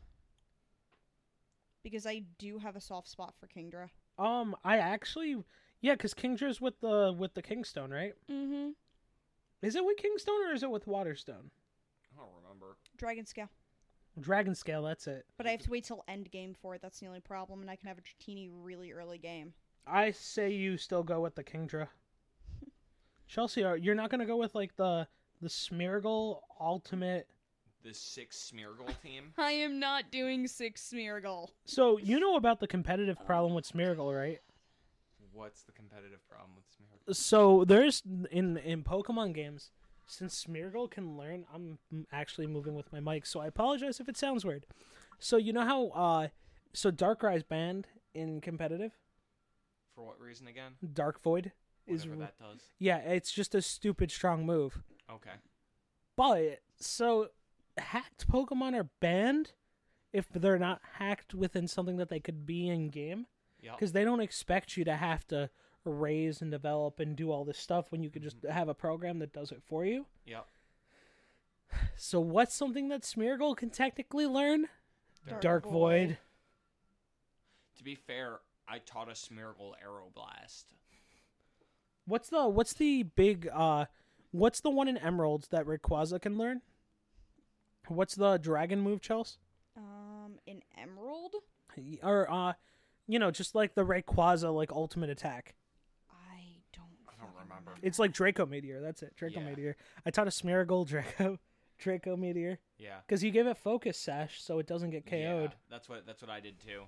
[SPEAKER 2] Because I do have a soft spot for Kingdra.
[SPEAKER 3] Um, I actually, yeah, because Kingdra's with the with the Kingstone, right?
[SPEAKER 2] Mm-hmm.
[SPEAKER 3] Is it with Kingstone or is it with Waterstone?
[SPEAKER 4] I don't remember.
[SPEAKER 2] Dragon Scale.
[SPEAKER 3] Dragon Scale, that's it.
[SPEAKER 2] But I have to wait till end game for it. That's the only problem, and I can have a Dratini really early game.
[SPEAKER 3] I say you still go with
[SPEAKER 2] (laughs)
[SPEAKER 3] the Kingdra. Chelsea, are you're not gonna go with like the the Smeargle Ultimate?
[SPEAKER 4] The six Smeargle team.
[SPEAKER 2] I am not doing six Smeargle.
[SPEAKER 3] So you know about the competitive problem with Smeargle, right?
[SPEAKER 4] What's the competitive problem with Smeargle?
[SPEAKER 3] So there's in in Pokemon games, since Smeargle can learn, I'm actually moving with my mic, so I apologize if it sounds weird. So you know how uh, so Darkrai's banned in competitive.
[SPEAKER 4] For what reason again?
[SPEAKER 3] Dark Void is
[SPEAKER 4] Whatever that does.
[SPEAKER 3] yeah, it's just a stupid strong move.
[SPEAKER 4] Okay.
[SPEAKER 3] But so hacked Pokemon are banned if they're not hacked within something that they could be in game
[SPEAKER 4] Yeah.
[SPEAKER 3] because they don't expect you to have to raise and develop and do all this stuff when you could just have a program that does it for you.
[SPEAKER 4] Yep.
[SPEAKER 3] So what's something that Smeargle can technically learn? Dark, Void.
[SPEAKER 4] To be fair, I taught a Smeargle Arrow Blast.
[SPEAKER 3] What's the what's the big uh what's the one in Emeralds that Rayquaza can learn? What's the dragon move, Chels?
[SPEAKER 2] Um, an Emerald?
[SPEAKER 3] Or uh you know, just like the Rayquaza like ultimate attack.
[SPEAKER 2] I don't.
[SPEAKER 4] I don't
[SPEAKER 2] fucking
[SPEAKER 4] remember.
[SPEAKER 3] It's like Draco Meteor, that's it. Draco
[SPEAKER 4] Yeah.
[SPEAKER 3] Meteor. I taught a Smeargle (laughs) Draco Draco Meteor.
[SPEAKER 4] Yeah.
[SPEAKER 3] Because you give it focus sash so it doesn't get KO'd.
[SPEAKER 4] Yeah, that's what that's what I did too.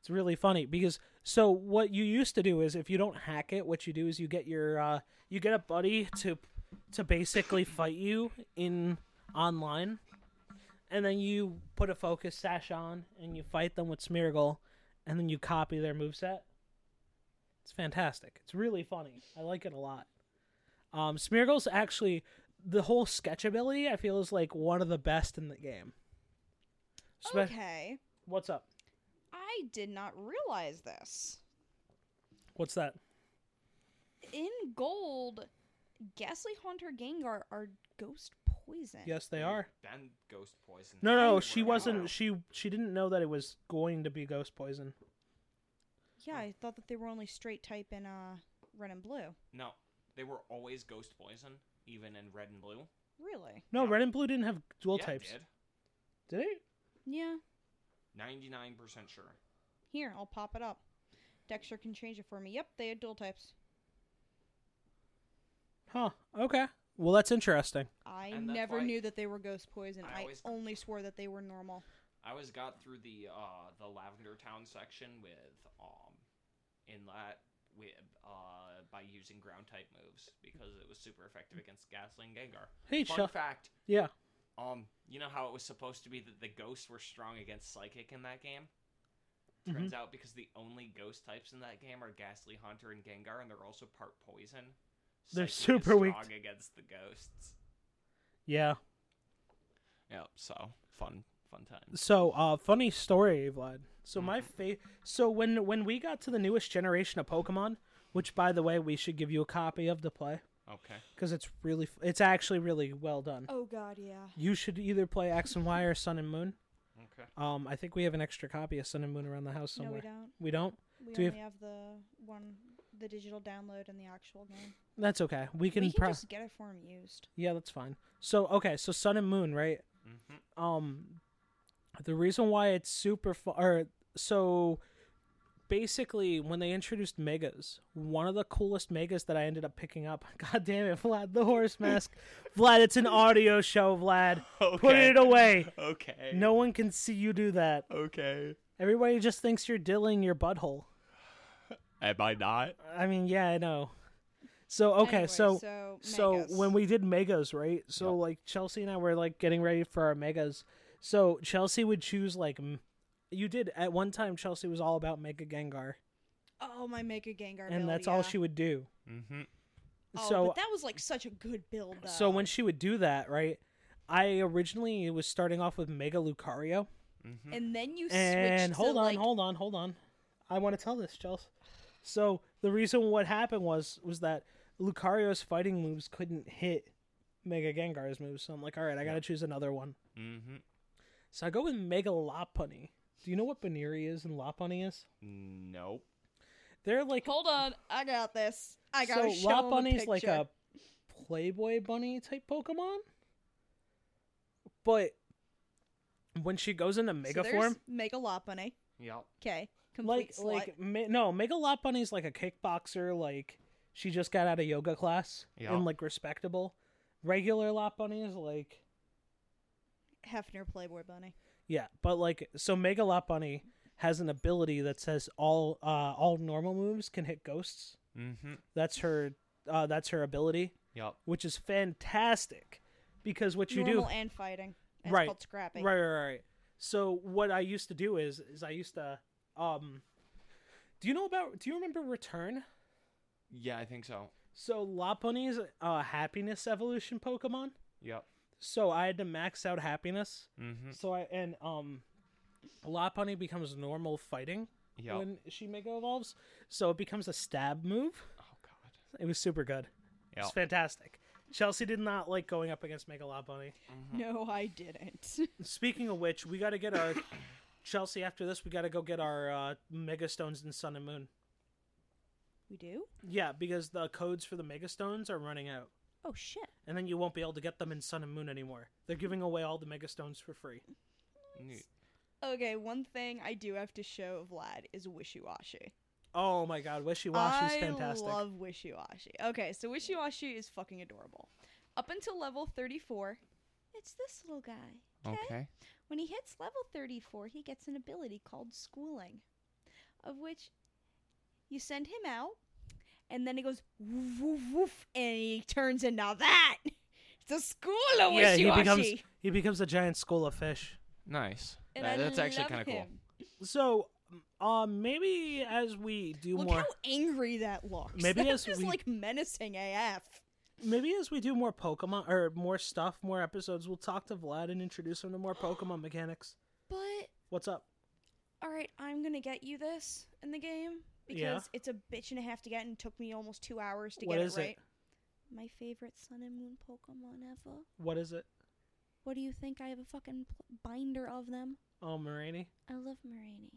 [SPEAKER 3] It's really funny because so what you used to do is if you don't hack it, what you do is you get your uh, you get a buddy to to basically fight you in online, and then you put a focus sash on and you fight them with Smeargle, and then you copy their moveset. It's fantastic. It's really funny. I like it a lot. Um, Smeargle's actually the whole sketch ability. I feel is like one of the best in the game. Spe-
[SPEAKER 2] Okay.
[SPEAKER 3] What's up?
[SPEAKER 2] I did not realize this.
[SPEAKER 3] What's that?
[SPEAKER 2] In gold, Ghastly Haunter Gengar are ghost poison.
[SPEAKER 3] Yes, they are.
[SPEAKER 4] Then ghost poison.
[SPEAKER 3] No, no,
[SPEAKER 4] Wow.
[SPEAKER 3] she wasn't. She she didn't know that it was going to be ghost poison.
[SPEAKER 2] Yeah, I thought that they were only straight type in uh red and blue.
[SPEAKER 4] No, they were always ghost poison, even in red and blue.
[SPEAKER 2] Really?
[SPEAKER 3] No,
[SPEAKER 4] No.
[SPEAKER 3] red and blue didn't have dual
[SPEAKER 4] yeah,
[SPEAKER 3] types.
[SPEAKER 4] Did
[SPEAKER 3] Did it?
[SPEAKER 2] Yeah.
[SPEAKER 4] ninety nine percent sure.
[SPEAKER 2] Here, I'll pop it up. Dexter can change it for me. Yep, they had dual types.
[SPEAKER 3] Huh. Okay. Well, that's interesting.
[SPEAKER 2] I
[SPEAKER 4] And that's
[SPEAKER 2] never
[SPEAKER 4] why-
[SPEAKER 2] knew that they were ghost poison.
[SPEAKER 4] I
[SPEAKER 2] I,
[SPEAKER 4] always-
[SPEAKER 2] only swore that they were normal.
[SPEAKER 4] I always got through the uh the Lavender Town section with um inlet with uh by using ground type moves because it was super effective against Ghastly and Gengar.
[SPEAKER 3] Hey,
[SPEAKER 4] Fun
[SPEAKER 3] Chel-
[SPEAKER 4] fact,
[SPEAKER 3] Yeah.
[SPEAKER 4] um, you know how it was supposed to be that the ghosts were strong against psychic in that game?
[SPEAKER 3] Mhm.
[SPEAKER 4] Turns out because the only ghost types in that game are Ghastly Hunter and Gengar, and they're also part poison.
[SPEAKER 3] They're
[SPEAKER 4] Psychic is
[SPEAKER 3] super weak.
[SPEAKER 4] strong against the ghosts.
[SPEAKER 3] Yeah.
[SPEAKER 4] Yep. So fun, fun times.
[SPEAKER 3] So, uh, funny story, Vlad. So my fa- So when when we got to the newest generation of Pokemon, which by the way we should give you a copy of to play
[SPEAKER 4] Okay.
[SPEAKER 3] because it's really f- it's actually really well done.
[SPEAKER 2] (laughs) Oh god, yeah.
[SPEAKER 3] You should either play X and Y or Sun and Moon.
[SPEAKER 4] Okay.
[SPEAKER 3] Um, I think we have an extra copy of Sun and Moon around the house
[SPEAKER 2] No, we
[SPEAKER 3] somewhere.
[SPEAKER 2] don't.
[SPEAKER 3] we don't.
[SPEAKER 2] We
[SPEAKER 3] Do we
[SPEAKER 2] only have the one, the digital download and the actual game.
[SPEAKER 3] That's okay. We can.
[SPEAKER 2] we can
[SPEAKER 3] pro-
[SPEAKER 2] just get it for 'em used.
[SPEAKER 3] Yeah, that's fine. So okay, so Sun and Moon, right?
[SPEAKER 4] Mm-hmm.
[SPEAKER 3] um the reason why it's super fu- or so basically when they introduced megas one of the coolest megas that i ended up picking up (laughs) god damn it vlad the horse
[SPEAKER 4] (laughs)
[SPEAKER 3] mask vlad it's an audio show vlad put
[SPEAKER 4] Okay.
[SPEAKER 3] it away
[SPEAKER 4] Okay.
[SPEAKER 3] no one can see you do that
[SPEAKER 4] Okay.
[SPEAKER 3] everybody just thinks you're dilling your butthole
[SPEAKER 4] Am I not?
[SPEAKER 3] i mean yeah i know so okay
[SPEAKER 2] Anyway,
[SPEAKER 3] so
[SPEAKER 2] so,
[SPEAKER 3] So
[SPEAKER 2] Megas.
[SPEAKER 3] when we did megas, right? So
[SPEAKER 4] Yep.
[SPEAKER 3] like Chelsea and I were like getting ready for our megas. So Chelsea would choose like m- you did at one time. Chelsea was all about Mega Gengar,
[SPEAKER 2] oh my Mega Gengar,
[SPEAKER 3] and
[SPEAKER 2] build,
[SPEAKER 3] that's
[SPEAKER 2] yeah.
[SPEAKER 3] all she would do.
[SPEAKER 4] Mm-hmm.
[SPEAKER 2] Oh,
[SPEAKER 3] so
[SPEAKER 2] but that was like such a good build. Though.
[SPEAKER 3] so when she would do that, right? I originally was starting off with Mega Lucario,
[SPEAKER 4] Mm-hmm.
[SPEAKER 2] and then you
[SPEAKER 3] and
[SPEAKER 2] switched
[SPEAKER 3] hold
[SPEAKER 2] to,
[SPEAKER 3] on,
[SPEAKER 2] like,
[SPEAKER 3] hold on, hold on. I want to tell this, Chelsea. So the reason what happened was was that Lucario's fighting moves couldn't hit Mega Gengar's moves. So I'm like, all right, I gotta choose another one.
[SPEAKER 4] Mm-hmm.
[SPEAKER 3] So I go with Mega Lopunny. Do you know what Baneri is and Lopunny is?
[SPEAKER 4] Nope.
[SPEAKER 3] They're like
[SPEAKER 2] hold on, I got this. I got
[SPEAKER 3] so
[SPEAKER 2] to show 'em a
[SPEAKER 3] Lopunny's like
[SPEAKER 2] picture.
[SPEAKER 3] a Playboy bunny type Pokemon, but when she goes into Mega
[SPEAKER 2] so
[SPEAKER 3] form,
[SPEAKER 2] Mega Lopunny.
[SPEAKER 4] Yep.
[SPEAKER 2] Okay,
[SPEAKER 3] like
[SPEAKER 2] complete slut.
[SPEAKER 3] like me, no Mega Lopunny's like a kickboxer. Like she just got out of yoga class
[SPEAKER 4] Yeah.
[SPEAKER 3] and like respectable. Regular Lopunny is like
[SPEAKER 2] Hefner Playboy Bunny.
[SPEAKER 3] yeah, but like so Mega Lopunny has an ability that says all uh all normal moves can hit ghosts.
[SPEAKER 4] Mm-hmm.
[SPEAKER 3] That's her. Uh, that's her ability,
[SPEAKER 4] Yep.
[SPEAKER 3] which is fantastic, because what you
[SPEAKER 2] Normal
[SPEAKER 3] do,
[SPEAKER 2] and fighting. It's
[SPEAKER 3] Right.
[SPEAKER 2] called scrapping.
[SPEAKER 3] right, right, right. So what I used to do is, is I used to, um, do you know about? Do you remember Return?
[SPEAKER 4] Yeah, I think so.
[SPEAKER 3] So Lopunny's uh, happiness evolution Pokemon.
[SPEAKER 4] Yep.
[SPEAKER 3] So I had to max out happiness.
[SPEAKER 4] Mm-hmm.
[SPEAKER 3] So I and um, Lopunny becomes normal fighting
[SPEAKER 4] Yep.
[SPEAKER 3] when she Mega evolves. So it becomes a stab move.
[SPEAKER 4] Oh God.
[SPEAKER 3] It was super good.
[SPEAKER 4] Yep.
[SPEAKER 3] It's fantastic. Chelsea did not like going up against Mega Lopunny.
[SPEAKER 2] No, I
[SPEAKER 3] (laughs)
[SPEAKER 2] didn't.
[SPEAKER 3] Speaking of which, we got to get our Chelsea after this. We got to go get our uh, Mega Stones in Sun and Moon.
[SPEAKER 2] we do?
[SPEAKER 3] Yeah, because the codes for the Mega Stones are running out,
[SPEAKER 2] Oh shit.
[SPEAKER 3] and then you won't be able to get them in Sun and Moon anymore. They're giving away all the Mega Stones for free.
[SPEAKER 4] Neat.
[SPEAKER 2] Okay, one thing I do have to show Vlad is Wishy Washy.
[SPEAKER 3] Oh my God, Wishy Washy's
[SPEAKER 2] I
[SPEAKER 3] fantastic.
[SPEAKER 2] love Wishy Washy. Okay, so Wishy Washy is fucking adorable. Up until level 34, it's this little guy.
[SPEAKER 4] Okay.
[SPEAKER 2] When he hits level 34, he gets an ability called schooling, of which you send him out, and then he goes woof woof woof, and he turns into that. It's a school of
[SPEAKER 3] yeah,
[SPEAKER 2] wishy
[SPEAKER 3] he
[SPEAKER 2] washy.
[SPEAKER 3] becomes he becomes a giant school of fish.
[SPEAKER 4] Nice.
[SPEAKER 2] and
[SPEAKER 4] That-
[SPEAKER 2] I
[SPEAKER 4] that's actually
[SPEAKER 2] love
[SPEAKER 4] kind of cool.
[SPEAKER 2] him.
[SPEAKER 3] So, um, maybe as we do
[SPEAKER 2] Look
[SPEAKER 3] more,
[SPEAKER 2] how angry that looks.
[SPEAKER 3] Maybe
[SPEAKER 2] that
[SPEAKER 3] as
[SPEAKER 2] is
[SPEAKER 3] we-
[SPEAKER 2] like menacing AF.
[SPEAKER 3] maybe as we do more Pokemon or more stuff, more episodes, we'll talk to Vlad and introduce him to more Pokemon mechanics.
[SPEAKER 2] But
[SPEAKER 3] What's up?
[SPEAKER 2] all right, I'm gonna get you this in the game because
[SPEAKER 3] Yeah.
[SPEAKER 2] it's a bitch and a half to get, and it took me almost two hours to
[SPEAKER 3] What
[SPEAKER 2] get
[SPEAKER 3] is
[SPEAKER 2] it
[SPEAKER 3] it?
[SPEAKER 2] right. My favorite Sun and Moon Pokemon ever.
[SPEAKER 3] What is it?
[SPEAKER 2] What do you think? I have a fucking pl- binder of them.
[SPEAKER 3] Oh, Marini.
[SPEAKER 2] I love Marini.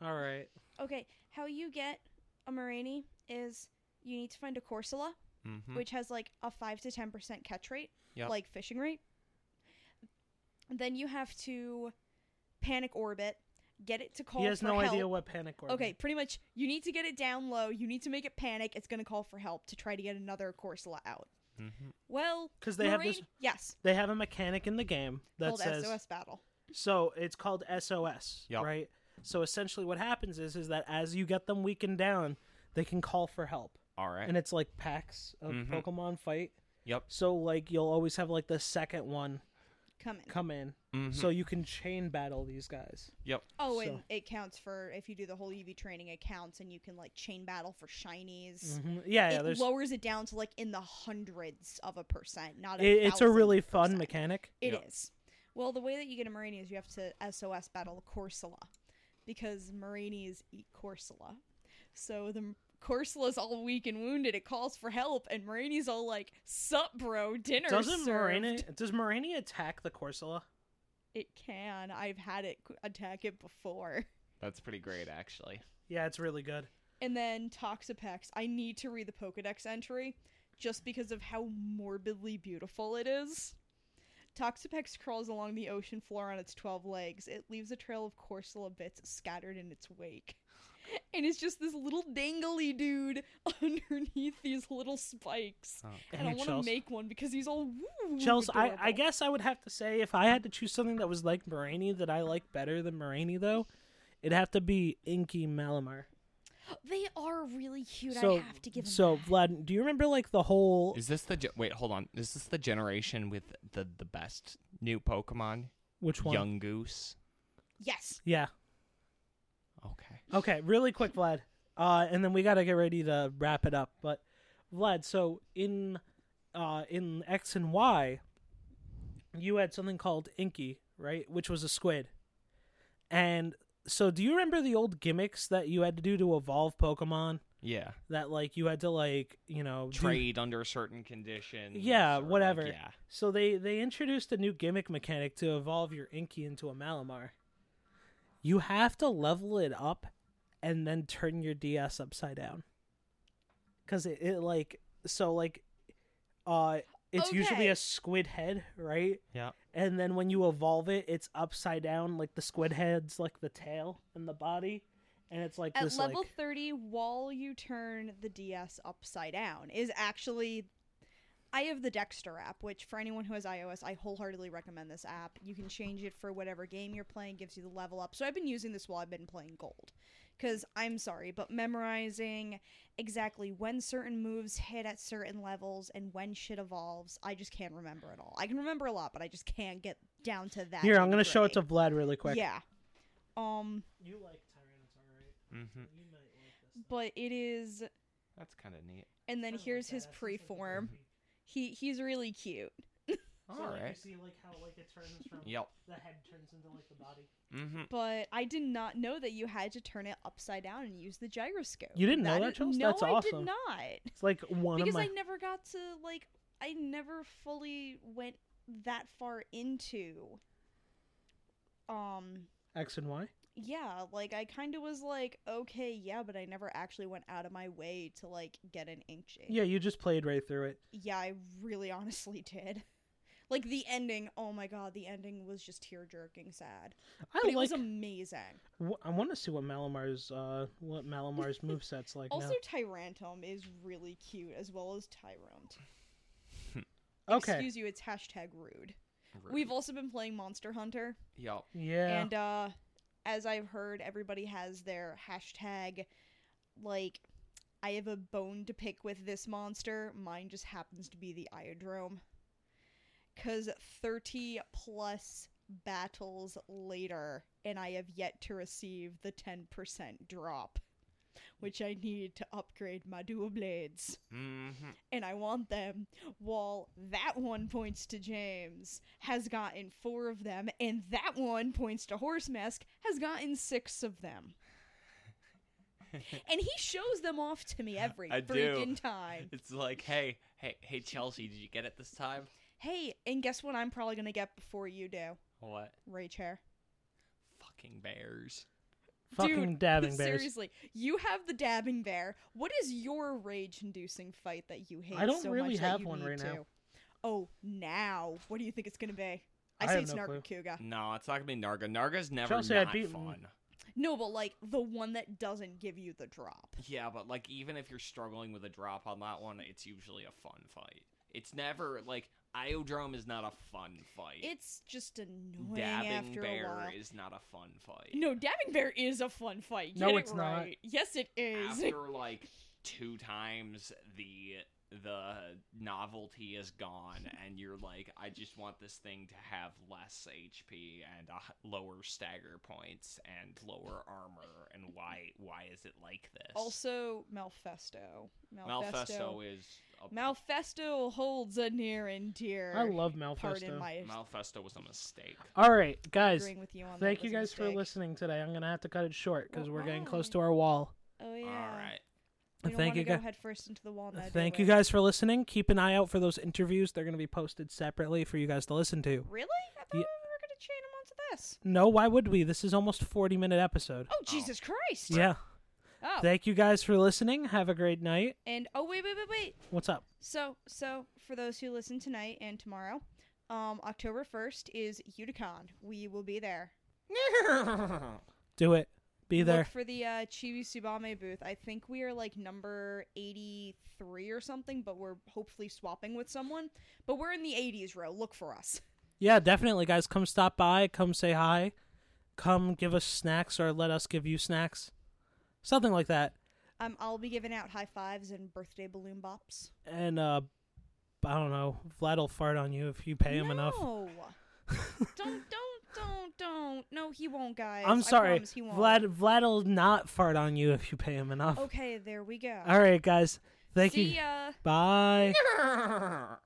[SPEAKER 3] All right.
[SPEAKER 2] Okay, how you get a Marini is you need to find a Corsola,
[SPEAKER 3] Hmm.
[SPEAKER 4] Mm-hmm.
[SPEAKER 2] which has like a 5 to 10% catch rate,
[SPEAKER 4] Yep.
[SPEAKER 2] like fishing rate. Then you have to panic orbit, get it to call
[SPEAKER 3] He has
[SPEAKER 2] for
[SPEAKER 3] no
[SPEAKER 2] help.
[SPEAKER 3] idea what panic order.
[SPEAKER 2] Okay, pretty much you need to get it down low, you need to make it panic, it's going to call for help to try to get another Corsola out.
[SPEAKER 4] Mhm.
[SPEAKER 2] Well,
[SPEAKER 3] Mm-hmm. 'Cause they have this-
[SPEAKER 2] Marini- Yes,
[SPEAKER 3] They have a mechanic in the game that
[SPEAKER 2] called
[SPEAKER 3] says
[SPEAKER 2] SOS battle.
[SPEAKER 3] so. It's called SOS,
[SPEAKER 4] Yup.
[SPEAKER 3] right? So essentially, what happens is is that as you get them weakened down, they can call for help,
[SPEAKER 4] All right.
[SPEAKER 3] and it's like packs of
[SPEAKER 4] Mhm.
[SPEAKER 3] Pokemon fight.
[SPEAKER 4] Yep.
[SPEAKER 3] So like you'll always have like the second one
[SPEAKER 2] Coming.
[SPEAKER 3] come in,
[SPEAKER 4] Mhm.
[SPEAKER 3] so you can chain battle these guys.
[SPEAKER 4] Yep.
[SPEAKER 2] Oh,
[SPEAKER 3] So-
[SPEAKER 2] and it counts for if you do the whole EV training, it counts, and you can like chain battle for shinies.
[SPEAKER 3] Mhm. Yeah, yeah.
[SPEAKER 2] it
[SPEAKER 3] There's
[SPEAKER 2] lowers it down to like in the hundreds of a percent, not a.
[SPEAKER 3] it- it's a
[SPEAKER 2] thousand
[SPEAKER 3] really fun
[SPEAKER 2] percent.
[SPEAKER 3] mechanic.
[SPEAKER 2] It is.
[SPEAKER 4] Yeah.
[SPEAKER 2] Well, the way that you get a Marini is you have to SOS battle Corsola, because Marini's eat Corsola, so the Corsola's all weak and wounded. It calls for help, and Marini's all like, "Sup, bro? Dinner
[SPEAKER 3] Doesn't
[SPEAKER 2] served."
[SPEAKER 3] Marini does Marini attack the Corsola?
[SPEAKER 2] it can. I've had it qu- attack it before.
[SPEAKER 4] That's pretty great, actually.
[SPEAKER 3] Yeah, it's really good.
[SPEAKER 2] And then Toxapex. I need to read the Pokedex entry just because of how morbidly beautiful it is. Toxapex crawls along the ocean floor on its 12 legs. It leaves a trail of corsula bits scattered in its wake. (laughs) And it's just this little dangly dude (laughs) underneath these little spikes.
[SPEAKER 4] Oh.
[SPEAKER 2] And I
[SPEAKER 3] Damn,
[SPEAKER 2] want to
[SPEAKER 3] Uh, Chels.
[SPEAKER 2] make one because (laughs) he's all woo.
[SPEAKER 3] Chels, I, I
[SPEAKER 2] adorable.
[SPEAKER 3] guess I would have to say if I had to choose something that was like Moraine that I like better than Moraine though, it'd have to be Inky Malamar.
[SPEAKER 2] They are really cute.
[SPEAKER 3] so,
[SPEAKER 2] I have to give them
[SPEAKER 3] so
[SPEAKER 2] that.
[SPEAKER 3] Vlad, do you remember like the whole?
[SPEAKER 4] Is this the ge- wait? Hold on. Is this the generation with the the best new Pokemon?
[SPEAKER 3] Which one?
[SPEAKER 4] Young Goose.
[SPEAKER 2] Yes.
[SPEAKER 3] Yeah.
[SPEAKER 4] Okay.
[SPEAKER 3] Okay, really quick, Vlad. Uh, and then we got to get ready to wrap it up. But Vlad, so in uh, in X and Y, you had something called Inky, right? Which was a squid. And so, do you remember the old gimmicks that you had to do to evolve Pokemon?
[SPEAKER 4] Yeah.
[SPEAKER 3] That like you had to like you
[SPEAKER 2] Oh,
[SPEAKER 3] know do-
[SPEAKER 4] Trade under certain conditions.
[SPEAKER 3] yeah,
[SPEAKER 4] or, like,
[SPEAKER 3] whatever.
[SPEAKER 4] yeah.
[SPEAKER 3] So they they introduced a new gimmick mechanic to evolve your Inky into a Malamar. You have to level it up, and then turn your DS upside down. Cause it, it like so like, uh, it's usually
[SPEAKER 2] Okay.
[SPEAKER 3] a squid head, right?
[SPEAKER 4] Yeah.
[SPEAKER 3] And then when you evolve it, it's upside down, like the squid head's like the tail and the body, and it's like
[SPEAKER 2] At
[SPEAKER 3] this
[SPEAKER 2] level
[SPEAKER 3] like
[SPEAKER 2] 30, while you turn the DS upside down, is actually. I have the Dexter app, which for anyone who has iOS, I wholeheartedly recommend this app. You can change it for whatever game you're playing, gives you the level up. So I've been using this while I've been playing Gold. Because I'm sorry, but memorizing exactly when certain moves hit at certain levels and when shit evolves, I just can't remember it all. I can remember a lot, but I just can't get down to that.
[SPEAKER 3] here. I'm gonna show it to
[SPEAKER 2] nitty-gritty.
[SPEAKER 3] Vlad really quick.
[SPEAKER 2] Yeah. Um,
[SPEAKER 3] You like Tyranitar, right?
[SPEAKER 4] Mm-hmm.
[SPEAKER 3] You might like this.
[SPEAKER 2] but it is.
[SPEAKER 4] That's kind of neat.
[SPEAKER 2] and then here's his preform. He he's really cute.
[SPEAKER 4] All right.
[SPEAKER 3] see like how like it turns from
[SPEAKER 4] Yep.
[SPEAKER 3] the head turns into like the body.
[SPEAKER 4] Mm-hmm.
[SPEAKER 2] But I did not know that you had to turn it upside down and use the gyroscope.
[SPEAKER 3] You didn't know that,
[SPEAKER 2] is-
[SPEAKER 3] Chels?
[SPEAKER 2] No,
[SPEAKER 3] That's
[SPEAKER 2] I
[SPEAKER 3] awesome.
[SPEAKER 2] did not.
[SPEAKER 3] It's like one
[SPEAKER 2] because
[SPEAKER 3] of
[SPEAKER 2] I
[SPEAKER 3] my
[SPEAKER 2] never got to like I never fully went that far into um
[SPEAKER 3] X and Y.
[SPEAKER 2] yeah, like I kind of was like okay, yeah, but I never actually went out of my way to like get an ink shape.
[SPEAKER 3] Yeah, you just played right through it.
[SPEAKER 2] Yeah, I really honestly (laughs) did. Like the ending, oh my god, the ending was just tear jerking sad.
[SPEAKER 3] I
[SPEAKER 2] But it
[SPEAKER 3] like.
[SPEAKER 2] was amazing.
[SPEAKER 3] w- I want to see what Malamar's uh what
[SPEAKER 2] (laughs)
[SPEAKER 3] Malamar's moveset's like
[SPEAKER 2] Also,
[SPEAKER 3] now.
[SPEAKER 2] Tyrantum is really cute, as well as Tyrant.
[SPEAKER 3] Okay.
[SPEAKER 2] Excuse you, it's hashtag rude. We've also been playing Monster Hunter,
[SPEAKER 4] Yep.
[SPEAKER 3] yeah.
[SPEAKER 2] and uh, as I've heard, everybody has their hashtag, like, I have a bone to pick with this monster. Mine just happens to be the Iodrome. Because 30 plus battles later, and I have yet to receive the 10% drop, which I need to upgrade my dual blades
[SPEAKER 4] Mm-hmm.
[SPEAKER 2] and I want them, while that one points to James, has gotten four of them, and that one points to Horse Mask, has gotten six of them. and he shows them off to me every
[SPEAKER 4] (laughs) I do.
[SPEAKER 2] freaking time.
[SPEAKER 4] It's like, hey, hey, hey, Chelsea, did you get it this time?
[SPEAKER 2] Hey, and guess what I'm probably gonna get before you do?
[SPEAKER 4] What?
[SPEAKER 2] Ray chair.
[SPEAKER 4] Fucking bears.
[SPEAKER 3] Fucking
[SPEAKER 2] Dude,
[SPEAKER 3] dabbing bears.
[SPEAKER 2] Seriously, you have the dabbing bear. What is your rage-inducing fight that you hate?
[SPEAKER 3] I don't
[SPEAKER 2] so
[SPEAKER 3] really
[SPEAKER 2] much that
[SPEAKER 3] have
[SPEAKER 2] you
[SPEAKER 3] one
[SPEAKER 2] need
[SPEAKER 3] right now.
[SPEAKER 2] to? Oh, now what do you think it's gonna be? I,
[SPEAKER 3] I
[SPEAKER 2] say
[SPEAKER 3] have
[SPEAKER 2] it's
[SPEAKER 3] no clue.
[SPEAKER 2] Nargacuga.
[SPEAKER 4] No, it's not gonna be Narga. Narga's never
[SPEAKER 3] Chelsea, I'd
[SPEAKER 4] not
[SPEAKER 3] be-
[SPEAKER 4] fun.
[SPEAKER 2] No, but like the one that doesn't give you the drop.
[SPEAKER 4] Yeah, but like even if you're struggling with a drop on that one, it's usually a fun fight. It's never like Iodrome is not a fun fight.
[SPEAKER 2] It's just annoying
[SPEAKER 4] Dabbing
[SPEAKER 2] after
[SPEAKER 4] Bear
[SPEAKER 2] a while.
[SPEAKER 4] is not a fun fight.
[SPEAKER 2] No, dabbing bear is a fun fight.
[SPEAKER 3] No,
[SPEAKER 2] Get
[SPEAKER 3] it's
[SPEAKER 2] it
[SPEAKER 3] not.
[SPEAKER 2] right. Yes, it (laughs) is.
[SPEAKER 4] After like two times the the novelty is gone and you're like I just want this thing to have less HP and uh, lower stagger points and lower armor and why why is it like this?
[SPEAKER 2] Also, Malfesto. Malfesto.
[SPEAKER 4] Malfesto is a,
[SPEAKER 2] Malfesto holds a near and dear.
[SPEAKER 3] I love Malfesto.
[SPEAKER 2] Pardon my
[SPEAKER 4] Malfesto was a mistake.
[SPEAKER 2] Oh,
[SPEAKER 3] All right, guys.
[SPEAKER 2] agreeing with you on that.
[SPEAKER 3] Thank you
[SPEAKER 2] was a
[SPEAKER 3] guys for
[SPEAKER 2] mistake.
[SPEAKER 3] listening today. I'm gonna have to cut it short because
[SPEAKER 2] Well,
[SPEAKER 3] we're getting close
[SPEAKER 2] why?
[SPEAKER 3] to our wall.
[SPEAKER 2] Oh yeah.
[SPEAKER 4] All right.
[SPEAKER 2] We don't
[SPEAKER 3] Thank
[SPEAKER 2] wanna
[SPEAKER 3] you
[SPEAKER 2] go
[SPEAKER 3] guy-
[SPEAKER 2] head first into the walnut. do
[SPEAKER 3] Thank
[SPEAKER 2] we?
[SPEAKER 3] you guys for listening. Keep an eye out for those interviews. Theyey're gonna be posted separately for you guys to listen to.
[SPEAKER 2] Really? I thought we
[SPEAKER 3] Ye-
[SPEAKER 2] were gonna chain them on this?
[SPEAKER 3] No, why would we? This is almost 40 minute episode.
[SPEAKER 2] Oh, Jesus Christ.
[SPEAKER 3] Yeah.
[SPEAKER 2] Oh.
[SPEAKER 3] Thank you guys for listening. Have a great night.
[SPEAKER 2] and oh wait, wait, wait, wait.
[SPEAKER 3] What's up?
[SPEAKER 2] So, so for those who listen tonight and tomorrow, um, October first is Uticon. We will be there.
[SPEAKER 4] (laughs)
[SPEAKER 3] Do it. Be there.
[SPEAKER 2] Look for the uh, Chibi Subame booth. I think we are like number eighty-three or something, but we're hopefully swapping with someone. But we're in the eighties row. Look for us.
[SPEAKER 3] Yeah, definitely, guys. Come stop by. Come say hi. Come give us snacks or let us give you snacks. Something like that.
[SPEAKER 2] Um, I'll be giving out high fives and birthday balloon bops.
[SPEAKER 3] And, uh, I don't know. Vlad will fart on you if you pay him
[SPEAKER 2] no.
[SPEAKER 3] enough. (laughs)
[SPEAKER 2] don't, don't, don't, don't. No, he won't, guys. I
[SPEAKER 3] I'm sorry.
[SPEAKER 2] promise he won't.
[SPEAKER 3] Vlad, Vlad will not fart on you if you pay him enough.
[SPEAKER 2] Okay, there we go.
[SPEAKER 3] All right, guys. Thank
[SPEAKER 2] See
[SPEAKER 3] you.
[SPEAKER 2] ya.
[SPEAKER 3] Bye.
[SPEAKER 4] Bye.